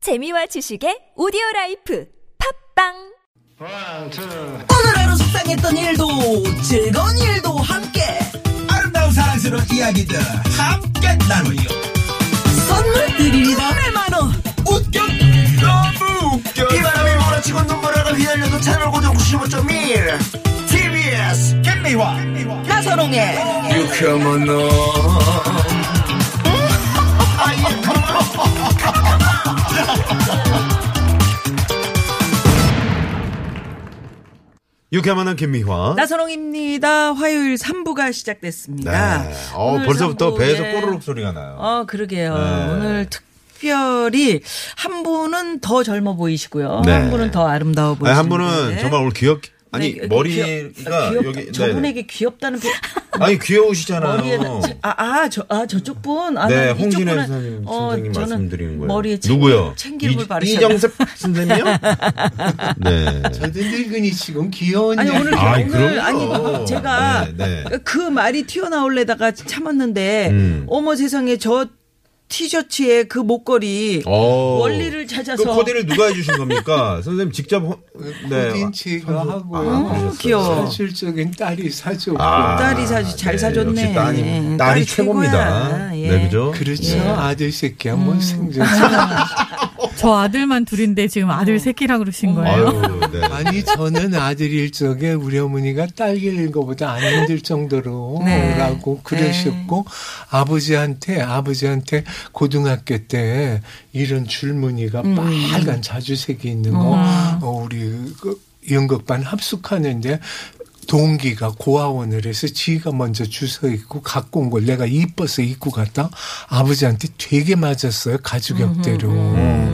재미와 지식의 오디오 라이프 팝빵 One, two. 오늘 하루 속상했던 일도 즐거운 일도 함께 아름다운 사랑스러운 이야기들 함께 나누요. 선물 드립니다 100만원 웃겨 너무 웃겨. 이 바람이 몰아치고 눈보라가 휘날려도 채널 고정 95.1 TBS 김미화 나선홍의 유쾌한 만남 김미화. 나선홍입니다 화요일 3부가 시작됐습니다 네. 어, 오늘 벌써부터 삼부, 배에서 예. 꼬르륵 소리가 나요. 어 그러게요 네. 오늘 특별히 한 분은 더 젊어 보이시고요 네. 한 분은 더 아름다워 보이시고 아니, 한 분은 정말 오늘 귀엽. 네, 아니 여기 머리가 귀엽- 아, 귀엽다. 여기 네. 저분에게 귀엽다는 표- 네네. 아니 귀여우시잖아요. 머리에는 제- 아, 아, 저, 아, 저쪽 분. 아, 어. 네, 난 이쪽 홍진혜 분은- 선생님, 어, 선생님 저는 말씀드리는 거예요. 머리에 챙, 누구요? 챙기름을 이- 바르셨다. 이정섭 선생님요? 네. 늙은이 지금 귀여운 아니 오늘 아이, 오늘 그럼요. 아니 제가 네, 네. 그 말이 튀어나올래다가 참았는데 음. 어머 세상에 저 티셔츠에 그 목걸이 어. 원리를 찾아서 그 코디를 누가 해주신 겁니까? 선생님 직접 호- 네. 딘치가 하고 어, 귀여워. 현실적인 딸이 사줘 아, 딸이 사주- 잘 사줬네. 역시 딸이, 딸이, 딸이 최고야. 최고입니다. 예. 네, 음. 그죠? 그렇죠 아들 새끼 한번 생전 저 아들만 둘인데 지금 아들 새끼라 그러신 거예요? 어. 아유, 네. 아니 저는 아들일 적에 우리 어머니가 딸기를 거보다 안 힘들 정도로 네. 라고 그러셨고 아버지한테 아버지한테 고등학교 때 이런 줄무늬가 음. 빨간 자주색이 있는 거 어, 우리 그 연극반 합숙하는데 동기가 고아원을 해서 지가 먼저 주워 입고 갖고 온 걸 내가 이뻐서 입고 갔다 아버지한테 되게 맞았어요 가주격대로 음.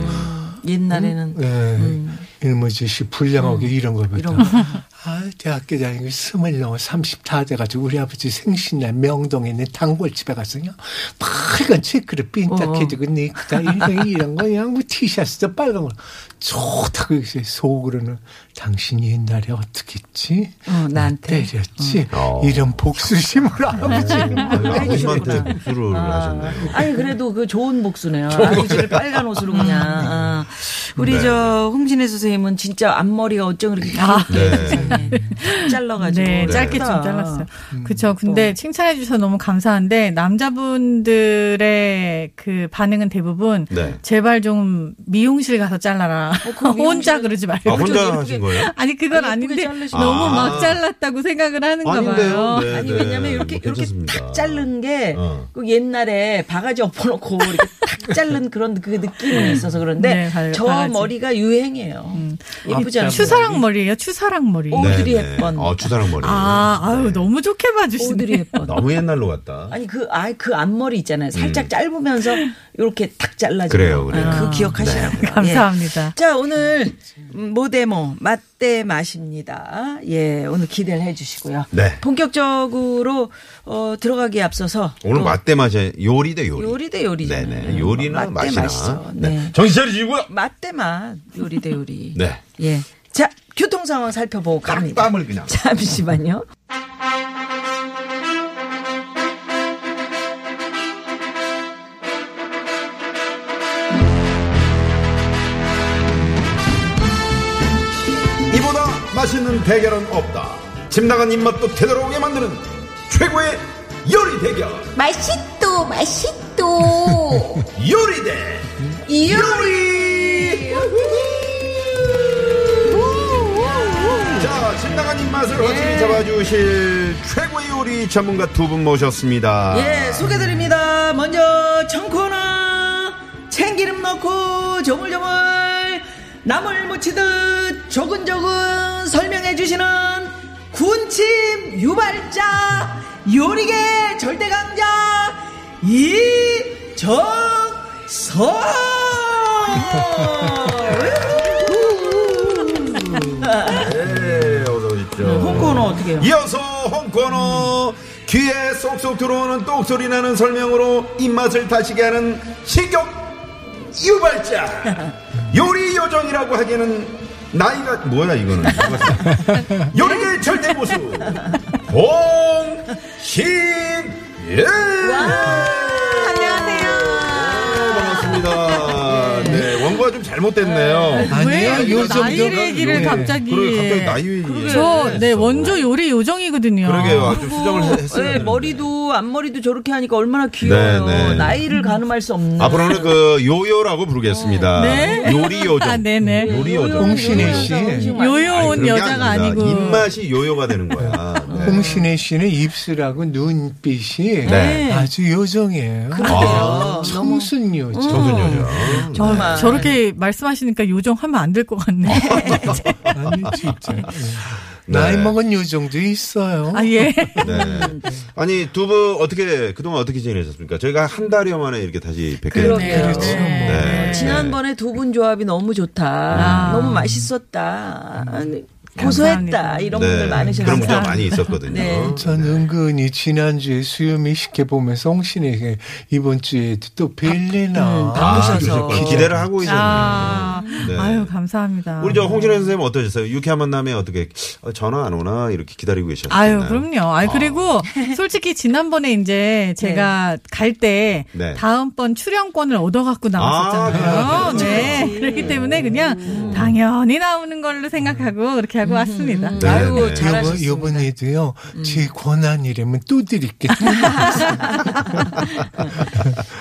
옛날에는 음? 예. 일무지 씨 불량하게 이런 걸 봤다. 아, 대학교 다니고 스물 넘어 삼십 다 돼가지고 우리 아버지 생신날 명동에 있는 단골집에 가서 그냥 빨간 체크를 핀딱해주고 닉다 이런, 이런 거 그냥 뭐 티셔츠도 빨간 거 좋다고 이제 속으로는 당신이 옛날에 어떻게 했지? 어, 네. 나한테 때렸지? 어. 이런 복수심을 아버지 아유, 아버님한테 복수를 하셨네요. 아니 그래도 그 좋은 복수네요. 아버지를 빨간 옷으로 그냥 아. 우리 네. 저 홍진혜 선생님은 진짜 앞머리가 어쩜 그렇게 네. 잘라가지고 네, 짧게 좀 예쁘다. 잘랐어요. 음. 그쵸. 근데 칭찬해 주셔서 너무 감사한데, 남자분들의 그 반응은 대부분, 네. 제발 좀 미용실 가서 잘라라. 혼자 그러지 말고. 아, 혼자 하신 거예요? 아니, 그건 어, 아니, 예쁘게 아닌데, 자르시면 아. 너무 막 잘랐다고 생각을 하는가 아닌데요. 봐요. 네, 아니 네. 왜냐면 이렇게 이렇게 괜찮습니다. 탁 자른 게 어. 그 옛날에 바가지 엎어놓고 이렇게 탁 자른 그런 그 느낌이 있어서 그런데 네, 바- 저 바가지. 머리가 유행이에요. 예쁘잖아요. 추사랑 머리예요 추사랑 머리. 오. 오드리 헵번. 어, 추사랑 머리. 아, 아유, 네. 너무 좋게 봐주시네. 오드리 헵번. 너무 옛날로 갔다. 아니 그 아이 그 앞머리 있잖아요. 살짝 짧으면서 이렇게 탁 음. 잘라지고 그래요, 그래요. 네, 그 기억하시라고요. 예. 감사합니다. 자 오늘 모데모 맛대 맛입니다. 예 오늘 기대를 해주시고요. 네. 본격적으로 어, 들어가기에 앞서서 오늘 또 맛대 맛이 요리 대 요리. 요리 대 요리잖아요. 네네. 요리는 맛대 맛이나. 맛이죠. 네. 네. 정신 차리시고요. 맛대 맛 요리 대 요리. 네. 예. 자 교통 상황 살펴보고 갑니다. 땀을 그냥. 잠시만요. 이보다 맛있는 대결은 없다. 집 나간 입맛도 되돌아오게 만드는 최고의 요리 대결. 맛있도 맛있도 요리 대 요리. 자, 집 나간 입맛을 확실히 잡아주실 최고의 요리 전문가 두 분 모셨습니다. 예 소개드립니다. 먼저 청코너 참기름 넣고 조물조물 나물 무치듯 조근조근 설명해 주시는 군침 유발자 요리계 절대 강자 이정석. 네, 어서 오십시오. 홍코너 어떻게 해요? 이어서 홍코너 귀에 쏙쏙 들어오는 똑소리 나는 설명으로 입맛을 다시게 하는 식욕 유발자 요리 요정이라고 하기에는 나이가 뭐야 이거는 요리의 절대 보수 홍신예 안녕하세요. 반갑습니다 네 원고 요거가 좀 잘못됐네요. 아니에요. 왜 요 정도가 나이를 얘기를 요게. 갑자기. 네. 그래 갑자기 나이 얘기. 저, 네, 원조 요리 요정이거든요. 그러게요. 아주 수정을 했- 했어야 네, 되는데. 머리도 앞머리도 저렇게 하니까 얼마나 귀여워요. 네, 네. 나이를 가늠할 수 없는. 앞으로는 그 요요라고 부르겠습니다. 네. 요리 요정. 아, 네네. 요리 요정. 아, 홍신혜 씨. 요요 온 여자가 아니고. 입맛이 요요가 되는 거야. 네. 홍신혜 씨는 입술하고 눈빛이 네. 아주 요정이에요. 아, 청순 요정. 청순 요정. 저, 저렇게 말씀하시니까 요정 하면 안 될 것 같네. 아니 진짜. 나이 네. 먹은 요정도 있어요. 아, 예. 네. 아니 두 분 어떻게 그동안 어떻게 지내셨습니까? 저희가 한 달여 만에 이렇게 다시 뵙게 그러게요. 됐네요. 그렇죠. 네. 어, 지난번에 두 분 조합이 너무 좋다. 너무 맛있었다. 음, 고소했다. 아. 감사합니다. 이런 네. 분들 많으셨어요. 그런 분들 많이 있었거든요. 네. 전 은근히 지난주에 수염이 쉽게 보면서 홍신에게 이번 주에 또 네, 벨리나 아, 바쁘셔서. 그러셨구나. 기대를 하고 있었네요. 아, 네. 아유, 감사합니다. 우리 저 홍진혜 선생님 어떠셨어요? 유쾌한 만남에 어떻게 어, 전화 안 오나 이렇게 기다리고 계셨나요? 아유, 그럼요. 아유, 그리고 솔직히 지난번에 이제 제가 갈 때 네. 다음번 출연권을 얻어갖고 나왔었잖아요. 아, 그렇죠. 음. 네. 그렇기 때문에 그냥 당연히 나오는 걸로 생각하고 그렇게 하고 왔습니다. 네, 아유, 네. 잘- 잘하셨습니다. 요번에도요 음. 제 권한이라면 또 드리겠습니다.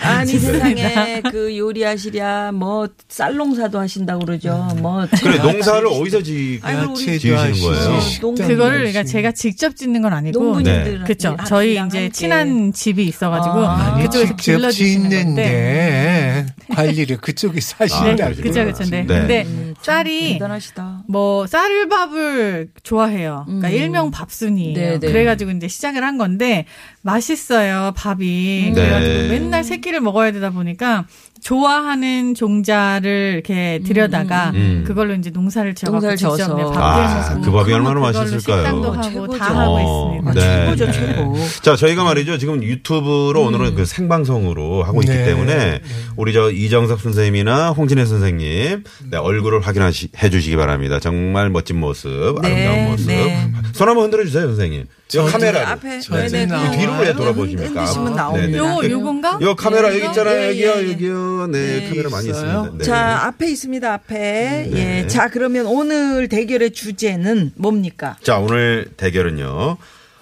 아니 세상에 그 요리하시랴 뭐 쌀농사도 하신다고 그러죠. 뭐 그래 진짜 농사를 어디서 지? 아유, 우리 야채도 지으시는 하시고 거예요? 식당도 그거를 하시고. 음. 그러니까 제가 직접 짓는 건 아니고 네. 농부님들 그렇죠. 저희 이제 예. 친한 집이 있어가지고 아니 그쪽에서 직접 길러주시는 건데. 짓는데 관리를 그쪽이 예. 아, 네, 사신다. 그러시구나. 그죠, 그죠. 네. 네. 근데 쌀이 음, 대단하시다. 뭐 쌀밥을 좋아해요. 그러니까 일명 밥순이에요. 음. 네, 네. 그래가지고 이제 시작을 한 건데 맛있어요 밥이. 네. 음. 그래가지고 맨날 새끼를 먹어야 되다 보니까 좋아하는 종자를 이렇게 들여다가 음. 그걸로 이제 농사를 지어 농사를 지어서. 어, 아, 그 밥이 얼마나 맛있을까요? 식당도 하고 최고죠. 다 하고 어, 있습니다. 네. 최고죠, 최고. 자, 저희가 말이죠. 지금 유튜브로 오늘은 그 생방송으로 하고 있기 네. 때문에 우리 저 이정석 선생님이나 홍진혜 선생님 네, 얼굴을 확인해 주시기 바랍니다. 정말 멋진 모습, 네, 아름다운 모습. 네. 손 한번 흔들어 주세요, 선생님. 요 카메라. 앞에 저기 네네, 나와요. 그냥 뒤로 왜 돌아보십니까? 흔드시면 네, 네. 나옵니다. 요거 네. 요건가? 요 카메라 여기 이거? 있잖아요. 예, 여기요, 예, 네. 예. 여기요. 네, 카메라 많이 있어요? 있습니다. 네. 자 앞에 있습니다 앞에 예 자 그러면 오늘 대결의 주제는 뭡니까? 자, 오늘 대결은요.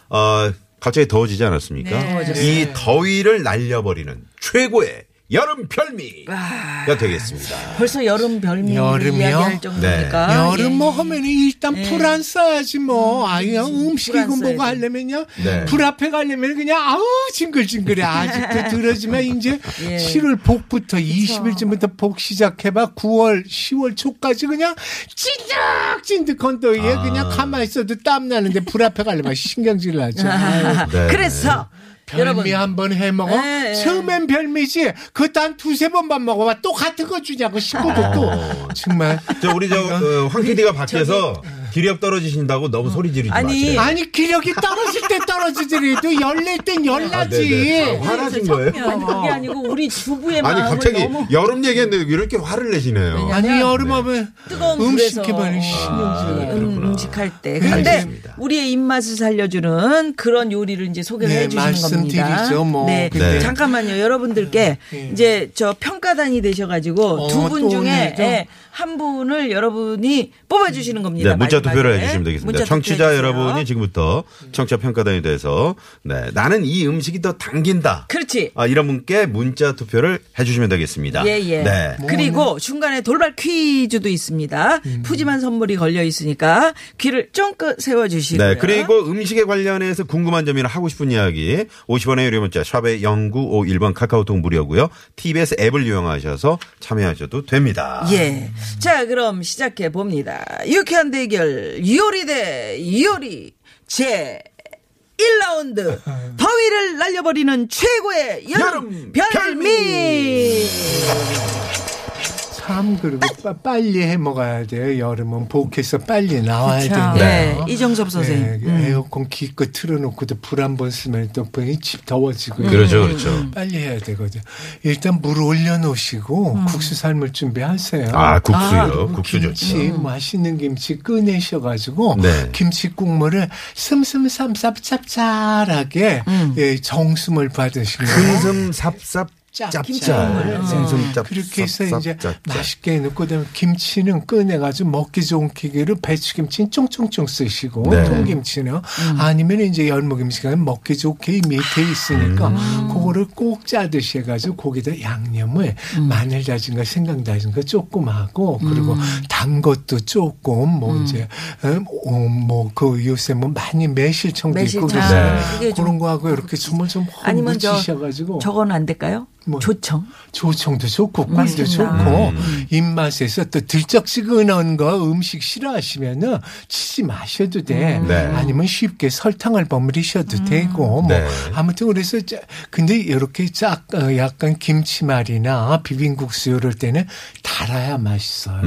어, 갑자기 더워지지 않았습니까? 네, 이 더위를 날려버리는 최고의 여름 아. 별미가 되겠습니다. 벌써 여름 별미 여름이요? 이야기할 정도니까 네. 예. 여름 뭐 하면은 일단 풀 안 써야지 뭐. 아유 음, 풀안 음식이건 써야지. 뭐고 하려면요. 네. 불 앞에 가려면 그냥 아우 징글징글해. 아직도 들어지만 이제 예. 7월 복부터 20일쯤부터 복 시작해봐 9월 10월 초까지 그냥 찐득찐득한 더위에 그냥 가만히 있어도 땀 나는데 불 앞에 가려면 신경질 나죠. 아유. 네. 그래서 별미 여러분. 한 번 해 먹어. 네, 네. 처음엔 별미지. 그것도 한 두세 번만 먹어봐. 또 같은 거 주냐고 식구도 또. 정말. 저 우리 저, 어, 황 PD가 밖에서 기력 떨어지신다고 너무 소리 지르지 아니, 마세요. 아니 기력이 떨어질 때 떨어지더라도 열낼 땐 아, 열나지. 네, 화나신 거예요? 아니 그게 아니고 우리 주부의 아니, 마음을 갑자기 너무 여름 얘기했는데 이렇게 화를 내시네요. 아니 여름하면 뜨거운 음식 불에서. 개발이 신경질. 음, 아, 그렇구나. 음식할 때 네. 근데 알겠습니다. 우리의 입맛을 살려주는 그런 요리를 이제 소개를 네, 해주시는 겁니다. 말씀드리죠, 뭐. 네. 근데. 네. 잠깐만요 여러분들께 이제 저 평가단이 되셔가지고 어, 두 분 또 중에 오늘이죠? 예, 한 분을 여러분이 뽑아주시는 겁니다. 네, 문자 마지막에. 투표를 해주시면 문자 되겠습니다. 투표해 청취자 주세요. 여러분이 지금부터 청취자 평가단에 대해서 네, 나는 이 음식이 더 당긴다. 그렇지. 아, 이런 분께 문자 투표를 해주시면 되겠습니다. 예, 예. 네. 그리고 중간에 돌발 퀴즈도 있습니다. 음. 푸짐한 선물이 걸려 있으니까 귀를 쫑긋 세워주시고요. 네, 그리고 음식에 관련해서 궁금한 점이나 하고 싶은 이야기 50원의 유료 문자 샵의 0951번 카카오톡 무료고요. TBS 앱을 이용하셔서 참여하셔도 됩니다. 예. 자, 그럼 시작해 봅니다. 유쾌한 대결, 요리 대 요리, 제 1라운드. 더위를 날려버리는 최고의 여름, 여름 별미! 참 그리고 빠- 빨리 해 먹어야 돼요. 여름은 복해서 빨리 나와야 그쵸. 된다. 네, 이정섭 선생님. 음. 네, 에어컨 기껏 틀어놓고도 불 한 번 쓰면 또 불이 집 더워지고. 음. 그렇죠, 그렇죠. 빨리 해야 되거든요. 일단 물 올려놓으시고 음. 국수 삶을 준비하세요. 아, 국수요. 국수 뭐 김치 좋죠. 맛있는 김치 꺼내셔가지고 네. 김치 국물을 슴슴삼쌉 짭짤하게 예, 정숨을 받으시면 슴슴 삽삽 짭짭. 짭짤. 네, 김치국물. 생선 짭. 어. 아, 그렇게 해서 쌉, 쌉, 이제 짭짤. 맛있게 해놓고 그다음에 김치는 꺼내가지고 먹기 좋은 기계로 배추김치는 쫑쫑쫑 쓰시고 네. 통김치는 음. 아니면 이제 열무김치는 먹기 좋게 이 밑에 있으니까 음. 그거를 꼭 짜듯이 해가지고 거기다 양념을 음. 마늘 다진 거 생강 다진 거 조금 하고 그리고 음. 단 것도 조금 뭐 이제 뭐그 요새 뭐 많이 매실청도 있고 매실청. 그래서 네. 그게 좀- 그런 거 하고 이렇게 주문 좀 확 아니면 저 묻히셔가지고 저건 안 될까요? 뭐. 조청. 음, 조청도 좋고 꽝도 좋고 입맛에서 또 들쩍지근한 거 음식 싫어하시면은 치지 마셔도 돼. 음. 네. 아니면 쉽게 설탕을 버무리셔도 되고 뭐 네. 아무튼 그래서 짜- 근데 이렇게 짝 어, 약간 김치말이나 비빔국수 이럴 때는 달아야 맛있어요.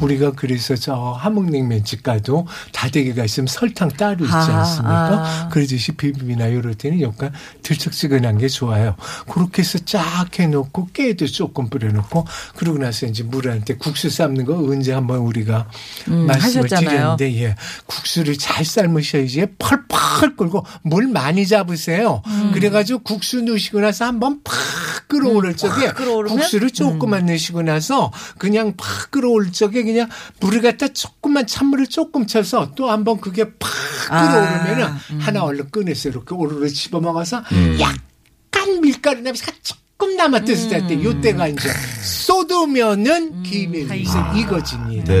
우리가 그래서 저 함흥냉면집 가도 다대기가 있으면 설탕 따로 있지 아, 않습니까? 아. 그러듯이 비빔이나 이럴 때는 약간 들쩍지근한 게 좋아요. 그렇게 해서 쫙 해놓고 깨도 조금 뿌려놓고 그러고 나서 이제 물한테 국수 삶는 거 언제 한번 우리가 말씀을 음, 하셨잖아요. 드렸는데 예. 국수를 잘 삶으셔야지 펄펄 끓고 물 많이 잡으세요. 음. 그래가지고 국수 넣으시고 나서 한번 팍 끓어오를 음, 적에 끓어오르면? 국수를 조금만 넣으시고 나서 그냥 팍 끓어올 적에 그냥 물을 갖다 조금만 찬물을 조금 쳐서 또 한번 그게 팍 끓어오르면은 아, 하나 얼른 꺼내서 이렇게 오르르 집어먹어서 약간 밀가루 냄새가 조금 남았을 때, 음. 요때가 이제 쏟으면은 김이 서 익어집니다.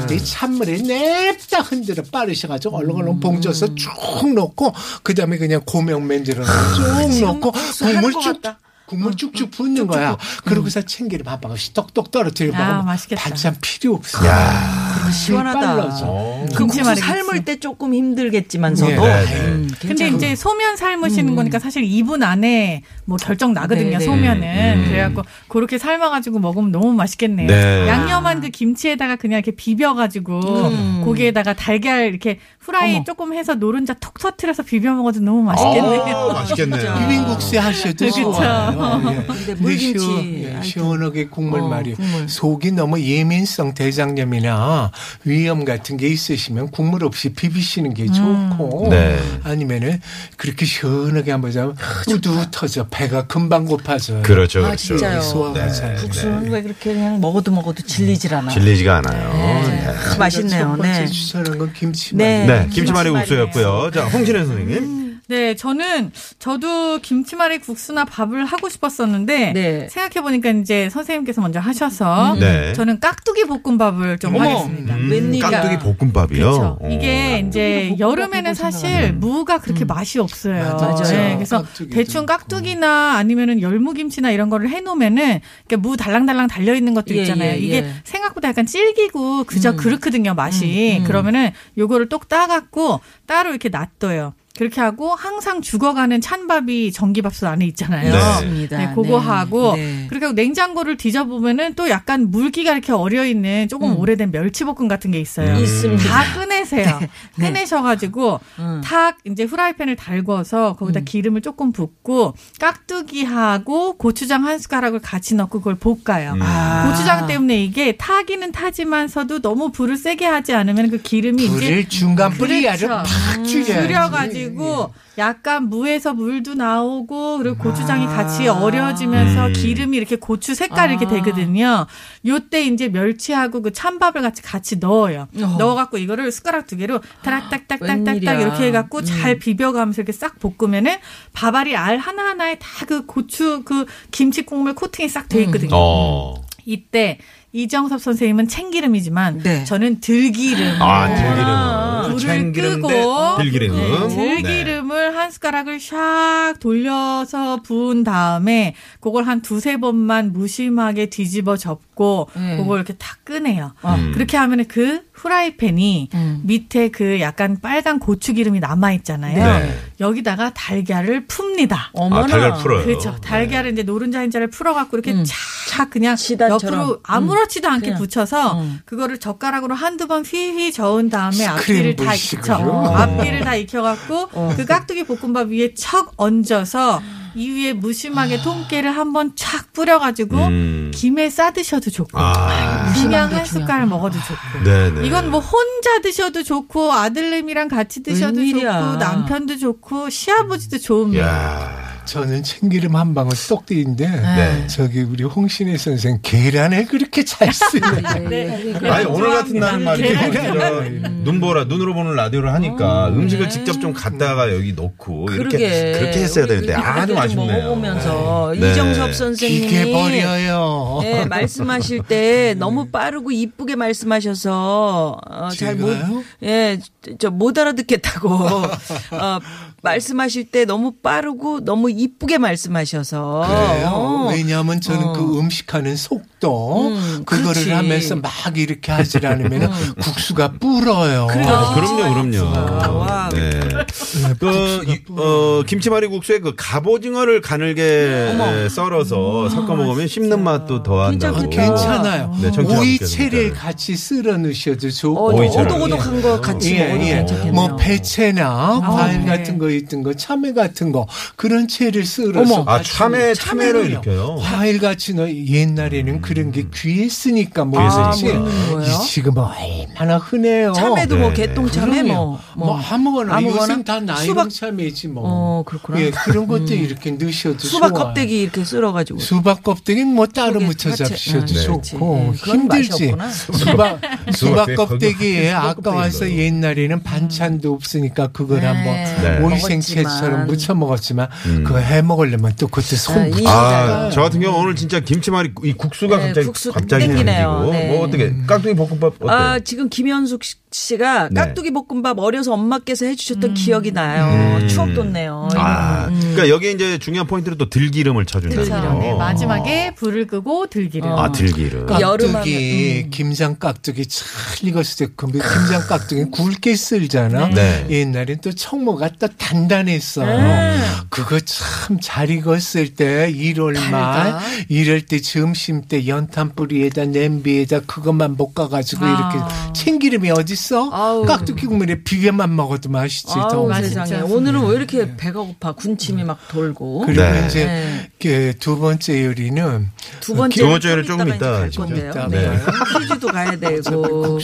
그때 찬물에 냅다 흔들어 빠르셔가지고 음. 얼렁얼렁 봉져서 쭉 넣고 그다음에 그냥 고명 만들어 쭉 넣고 국물 것 쭉 같다. 국물 음. 쭉쭉 붓는 거야. 그러고서 참기름 한 방울씩 똑똑 떨어뜨려 야, 먹으면 맛있겠다. 반찬 필요 없어. 그리고 아, 시원하다. 어. 그 김치 국수 말이겠지. 삶을 때 조금 힘들겠지만서도. 예. 네, 네. 음, 근데 괜찮아요. 이제 소면 음. 삶으시는 거니까 사실 2분 안에 뭐 결정 나거든요, 네네. 소면은. 그래갖고 그렇게 삶아가지고 먹으면 너무 맛있겠네요. 음, 네. 양념한 그 김치에다가 그냥 이렇게 비벼가지고 음. 고기에다가 달걀 이렇게 후라이 조금 해서 노른자 톡 터트려서 비벼 먹어도 너무 맛있겠네요. 어, 맛있겠네. 비빔국수 하셔도 그쵸. 좋아요. 예. 근데 네, 근데 물김치, 시원- 아이고. 예, 시원하게 국물 어, 말이 국물. 속이 너무 예민성 대장염이나 위염 같은 게 있으시면 국물 없이 비비시는 게 음. 좋고 네. 아, 아니면은 그렇게 시원하게 한번 자면 뿌듯해져 배가 금방 고파져요. 예, 그렇죠, 아, 그렇죠. 진짜요. 소화가 네. 잘 돼요. 국수는 왜 그렇게 그냥 먹어도 먹어도 질리질 않아. 질리지가 않아요. 네. 아, 맛있네요. 첫 번째 네. 추천한 건 김치 네. 네, 김치말이 국수였고요. 자, 홍진혜 선생님. 네, 저는 저도 김치말이 국수나 밥을 하고 싶었었는데 네. 생각해 보니까 이제 선생님께서 먼저 하셔서 네. 저는 깍두기 볶음밥을 좀 하겠습니다. 웬일이야. 깍두기 볶음밥이요. 어. 그렇죠. 아, 이게 이제 여름에는 사실 무가 그렇게 맛이 없어요. 맞아요. 네, 그래서 깍두기도 대충 깍두기나 아니면은 열무김치나 이런 거를 해놓으면은 이렇게 무 달랑달랑 달려 있는 것도 예, 있잖아요. 예, 이게 예. 생각보다 약간 질기고 그저 그렇거든요 맛이. 그러면은 요거를 똑 따갖고 따로 이렇게 놔둬요. 그렇게 하고 항상 죽어가는 찬밥이 전기밥솥 안에 있잖아요. 네. 맞습니다. 네, 그거 네. 하고 네. 그렇게 하고 냉장고를 뒤져보면은 또 약간 물기가 이렇게 어려 있는 조금 오래된 멸치볶음 같은 게 있어요. 있습니다. 다 꺼내세요. 네. 음. 꺼내셔가지고 탁 이제 후라이팬을 달궈서 거기다 기름을 조금 붓고 깍두기하고 고추장 한 숟가락을 같이 넣고 그걸 볶아요. 아. 고추장 때문에 이게 타기는 타지만서도 너무 불을 세게 하지 않으면 그 기름이 네. 이제 불을 중간 뿌리야를 그렇죠. 음. 팍 줄여야지. 예, 줄여가지고 약간 무에서 물도 나오고 그리고 고추장이 아. 같이 어려지면서 음. 기름이 이렇게 고추 색깔 이렇게 되거든요. 요때 이제 멸치하고 그 찬밥을 같이 같이 넣어요. 넣어갖고 이거를 숟가락 두 개로 웬일이야. 음. 타락딱딱딱딱딱 이렇게 해갖고 잘 비벼가면서 이렇게 싹 볶으면은 밥알이 알 하나 하나에 다 그 고추 그 김치 국물 코팅이 싹 음. 돼 있거든요. 어. 이때 이정섭 선생님은 참기름이지만 네. 저는 들기름. 아, 들기름. 불을 참기름 대 끄고 들기름. 네, 들기름을 한 숟가락을 샥 돌려서 부은 다음에 그걸 한 두세 번만 무심하게 뒤집어 접고 그걸 이렇게 탁 끄내요. 그렇게 하면 그 후라이팬이 밑에 그 약간 빨간 고추 기름이 남아 있잖아요. 네. 여기다가 달걀을 풉니다. 어머나. 아, 달걀 풀어요. 그렇죠. 달걀을 이제 노른자 흰자를 풀어갖고 이렇게 착 그냥 치단처럼. 옆으로 아무렇지도 않게 음. 그냥. 음. 붙여서 그거를 젓가락으로 한두 번 휘휘 저은 다음에 앞뒤를 다 익혀. 어, 스크램블식으로? 앞뒤를 다 익혀갖고 어. 그 깍두기 볶음밥 위에 척 얹어서 이 위에 무심하게 통깨를 한번 착 뿌려가지고 아. 음. 김에 싸 드셔도 좋고 아. 그냥 한 숟갈 먹어도 좋고. 네네. 이건 뭐 혼자 드셔도 좋고 아들님이랑 같이 드셔도 웬일이야. 좋고 남편도 좋고 시아버지도 좋은 야 저는 참기름 한 방울 똑 띠인데 네. 저기 우리 홍신혜 선생 계란을 그렇게 잘 쓰는 네. 그러니까 아니 오늘 같은 날은 말이죠. 계란. 진짜 눈보라 눈으로 보는 라디오를 하니까 음식을 직접 좀 갖다가 여기 넣고 이렇게 어, 네. 그렇게 했어야 되는데 아주 아쉽네요. 먹어보면서 네. 이정섭 네. 선생님이 기계 버려요. 네, 말씀하실 때 너무 빠르고 이쁘게 말씀하셔서 어, 잘못 제가요? 예, 저 못 알아듣겠다고 어, 말씀하실 때 너무 빠르고 너무 이쁘게 말씀하셔서 그래요. 어, 왜냐하면 저는 그 음식하는 속도 그거를 음, 그렇지. 음. 하면서 막 이렇게 하질 않으면 국수가 불어요. 그렇죠. 아, 그럼요, 그럼요. 와, 네. 그, 이- 어, 김치말이 국수에 그 갑오징어를 가늘게 에, 썰어서 섞어 먹으면 씹는 맛도 더한다고. 아, 괜찮아요. 네, 청취자 오이채를 분께서. 같이 쓸어 넣으셔도 어, 좋고. 오이채를. 오독오독한 거 같이 뭐 예, 먹어도 예. 괜찮겠네요. 아, 뭐 배채나 과일 네. 같은 거 있던 거, 참외 같은 거 그런 채를 쓸어서 아, 참외, 참외를 이렇게요? 음. 과일 같이 너 옛날에는 그런 게 귀했으니까 뭐 귀했으니까. 아, 그렇지. 그런 거예요? 이 지금 얼마나 흔해요. 참외도 네, 뭐 네. 개똥참외 어. 그럼요. 뭐, 뭐 아무거나, 이것은 다 수박 나이롱 참외지 뭐. 어, 그렇구나. 음. 예, 그런 것도 이렇게 넣으셔도 수박 좋아요. 껍데기 이렇게 쓸어가지고 수박 껍데기는 뭐 따로 속에 묻혀 파채. 잡수셔도 네. 좋고 그렇지. 예, 그건 맛이 힘들지. 없구나. 수박 수박 수박 껍데기에 껍데기 아까 와서 넣어요. 옛날에는 반찬도 없으니까 그걸 네. 네. 한번 먹었지만. 오이생채처럼 무쳐 먹었지만 그거 해 먹으려면 또 그때 아, 손 이 아, 저 같은 경우 오늘 진짜 김치말이 이 국수가 네, 갑자기 국수 갑자기 땡기네요. 당기고. 네. 뭐 어떻게 깍두기 볶음밥 어때요? 아, 지금 김현숙 씨- 씨가 네. 깍두기 볶음밥 어려서 엄마께서 해주셨던 기억이 나요. 음. 추억 돋네요. 아, 그러니까 여기 이제 중요한 포인트로 또 들기름을 쳐준다는 그렇죠. 거. 네, 마지막에 불을 끄고 들기름. 어. 아, 그 그러니까 들기름. 깍두기 음. 김장 깍두기 잘 익었을 때 근데 김장 깍두기 굵게 쓸잖아. 네. 옛날엔 또 청모가 또 단단했어. 네. 그거 참 잘 익었을 때 1월 말 이럴 때 점심 때 연탄 뿌리에다 냄비에다 그것만 볶아 가지고 이렇게 참기름이 어딨어? 아우. 깍두기 국물에 비벼만 먹어도 맛있지. 아우 더운 거. 세상에 오늘은 왜 이렇게 배가 고파 군침이 막 돌고 그리고 네. 이제 네. 그두 번째 요리는 두 번째 두 번째는 조금 이따 갈 하죠. 건데요. 이따 네. 봐요. 휴지도 가야 되고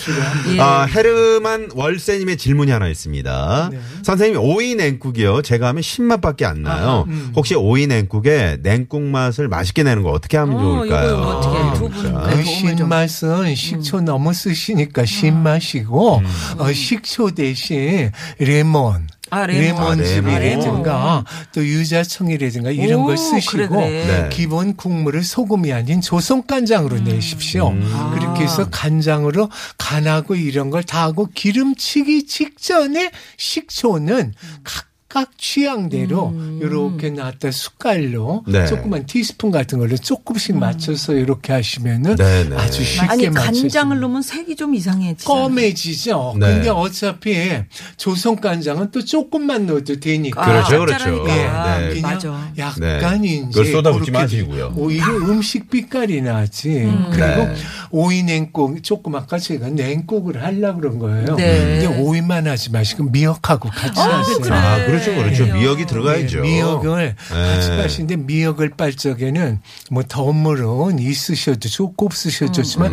예. 아, 헤르만 월세님의 질문이 하나 있습니다. 선생님, 오이 냉국이요. 제가 하면 신맛밖에 안 나요. 혹시 오이 냉국에 냉국 맛을 맛있게 내는 거 어떻게 하면 어, 좋을까요? 이거 어떻게 두 자, 분. 네, 그 도움을 좀. 음. 신맛은 식초 너무 쓰시니까 신맛이고 어, 식초 대신 레몬 아, 레몬. 아, 레몬. 레몬즙이라든가 또 유자청이라든가 이런 오, 걸 쓰시고 그래, 그래. 네. 기본 국물을 소금이 아닌 조선 간장으로 음. 내십시오. 음. 아. 그렇게 해서 간장으로 간하고 이런 걸 다 하고 기름치기 직전에 식초는 음. 각 각 취향대로 이렇게 놨다 숟갈로 네. 조그만 티스푼 같은 걸로 조금씩 맞춰서 이렇게 하시면은 네, 네. 아주 쉽게 음. 아니 맞춰지- 간장을 넣으면 색이 좀 이상해지. 껌해지죠. 네. 근데 어차피 조선 간장은 또 조금만 넣어도 되니까. 예, 그렇죠, 그렇죠. 아, 네. 맞아. 약간 네. 이제 그걸 쏟아붓지 그렇게 마시고요. 오, 이게 음식 빛깔이 나지. 그리고 네. 오이 냉국 조금 아까 제가 냉국을 하려 그런 거예요. 네. 근데 오이만 하지 마시고 미역하고 같이 하세요. 아, 그렇죠, 그렇죠. 미역이 들어가야죠. 예, 네, 미역을 같이 네. 마시는데 미역을 빨 적에는 뭐 더운 물은 있으셔도 음. 좋고 없으셔도 좋지만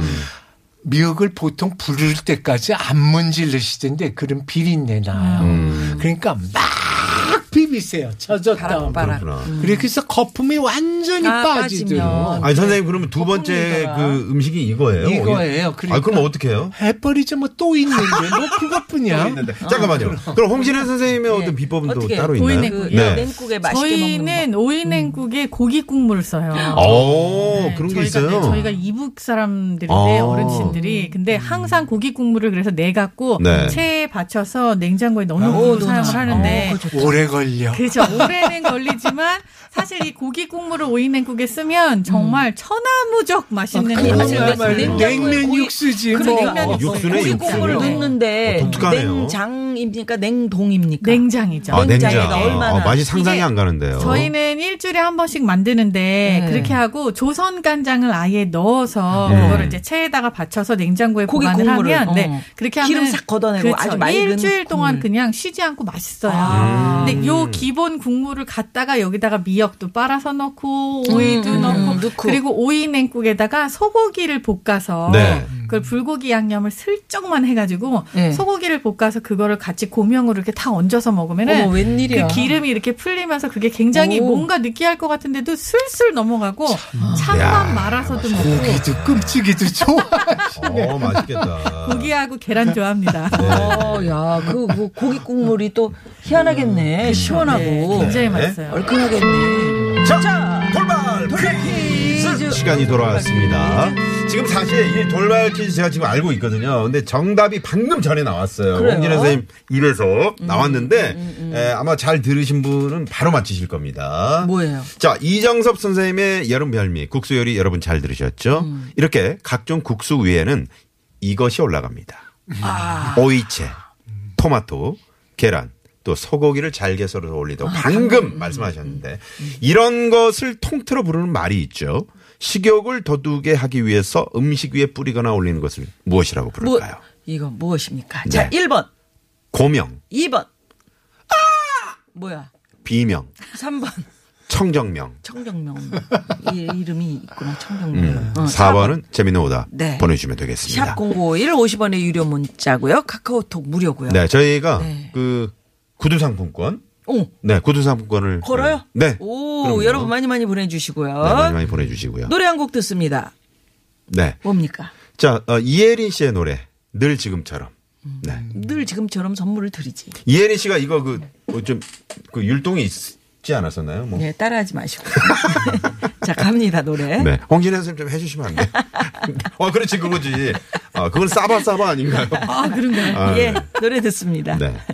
미역을 보통 부를 때까지 안 문질르시던데 그런 비린내 나요. 음. 그러니까 막 비비세요. 젖었다. 바락바락. 그렇구나. 그렇게 해서 거품이 완전히 아, 빠지도록 빠지면. 아니, 선생님, 그러면 두 번째 볶음이더라. 그 음식이 이거예요? 이거예요. 오이- 그러니까. 아, 그럼 어떻게 해요? 해버리죠. 뭐 또 있는데 뭐 그것뿐이야. 있는데. 잠깐만요. 그럼 홍진혜 선생님의 어떤 비법은 또 어떻게 따로 오이 있나요? 냉국. 네. 냉국에 맛있게 먹는 저희는 음. 오이냉국에 고기 국물을 써요. 오, 네, 어, 아, 그런 게 저희가, 있어요. 네, 저희가 이북 사람들인데 아. 음. 어르신들이 근데 항상 고기 국물을 그래서 내 갖고 네. 체에 받쳐서 냉장고에 아, 넣어놓고 사용을 하는데 오래 걸려. 그렇죠. 오래는 걸리지만 사실 이 고기 국물을 오이냉국에 쓰면 정말 음. 천하무적 맛있는 아니, 맛을 맞아요. 낼수 있는 냉장고에 어, 냉면 고기- 육수지 그래, 뭐. 냉면 육수. 어, 육수네, 고기 육수. 국물을 네. 넣는데 어, 독특하네요. 냉장입니까 냉동입니까? 냉장이죠. 아, 냉장에 냉장. 얼마나. 어, 맛이 상상이 이게 안 가는데요. 저희는 일주일에 한 번씩 만드는데 네. 그렇게 하고 조선 간장을 아예 넣어서 네. 그거를 이제 체에다가 받쳐서 냉장고에 고기 보관을 국물을, 하면 어. 네. 그렇게 하면 기름 싹 걷어내고 그렇죠. 아주 맑은 일주일 동안 국물. 그냥 쉬지 않고 맛있어요. 아. 음. 근데 요 기본 국물을 갖다가 여기다가 미역도 빨아서 넣고 오이도 넣고, 음. 넣고. 그리고 오이 냉국에다가 소고기를 볶아서 네. 그걸 불고기 양념을 슬쩍만 해가지고 네. 소고기를 볶아서 그거를 같이 고명으로 이렇게 다 얹어서 먹으면은 어머, 웬일이야. 그 기름이 이렇게 풀리면서 그게 굉장히 오. 뭔가 느끼할 것 같은데도 슬슬 넘어가고 참만 말아서도 먹고 고기도 끔찍이도 좋아. 어, 맛있겠다. 고기하고 계란 좋아합니다. 어, 야, 그, 그 고기 국물이 또 희한하겠네. 음. 네, 시원하고. 굉장히 맛있어요. 얼큰하겠네. 자, 돌발 퀴즈 퀴즈. 시간이 돌아왔습니다. 지금 사실 이 돌발 퀴즈 제가 지금 알고 있거든요. 근데 정답이 방금 전에 나왔어요. 그래요? 홍진혜 선생님 입에서 나왔는데 에, 아마 잘 들으신 분은 바로 맞히실 겁니다. 뭐예요? 자 이정섭 선생님의 여름 별미 국수 요리 여러분 잘 들으셨죠? 이렇게 각종 국수 위에는 이것이 올라갑니다. 오이채, 토마토, 계란. 또 소고기를 잘게 썰어서 올리다 아, 고 방금 말씀하셨는데 이런 것을 통틀어 부르는 말이 있죠. 식욕을 더두게 하기 위해서 음식 위에 뿌리거나 올리는 것을 무엇이라고 뭐, 부를까요? 이건 무엇입니까? 자, 네. 1번, 고명, 2번. 아! 뭐야? 비명, 3번. 청정명. 청정명. 이 이름이 있구나, 청정명. 음. 어, 4번은 재미있는 오답 네. 보내주시면 되겠습니다. 샵 0951, 50원의 유료 문자고요. 카카오톡 무료고요. 네, 저희가 네. 그 구두 상품권, 오, 네, 구두 상품권을 걸어요? 네, 오, 그럼요. 여러분 많이 많이 보내주시고요. 네, 많이 많이 보내주시고요. 노래 한 곡 듣습니다. 네, 뭡니까? 자 어, 이예린 씨의 노래 늘 지금처럼. 네, 늘 지금처럼 선물을 드리지. 이예린 씨가 이거 그좀그 율동이 있지 않았었나요? 뭐. 네, 따라하지 마시고. 자, 갑니다, 노래. 네, 홍진혜 선생님 좀 해주시면 안 돼요? 어, 그렇지, 그거지. 아, 그건 싸바 싸바 아닌가요? 아, 그런가요? 아, 예, 네. 노래 듣습니다. 네.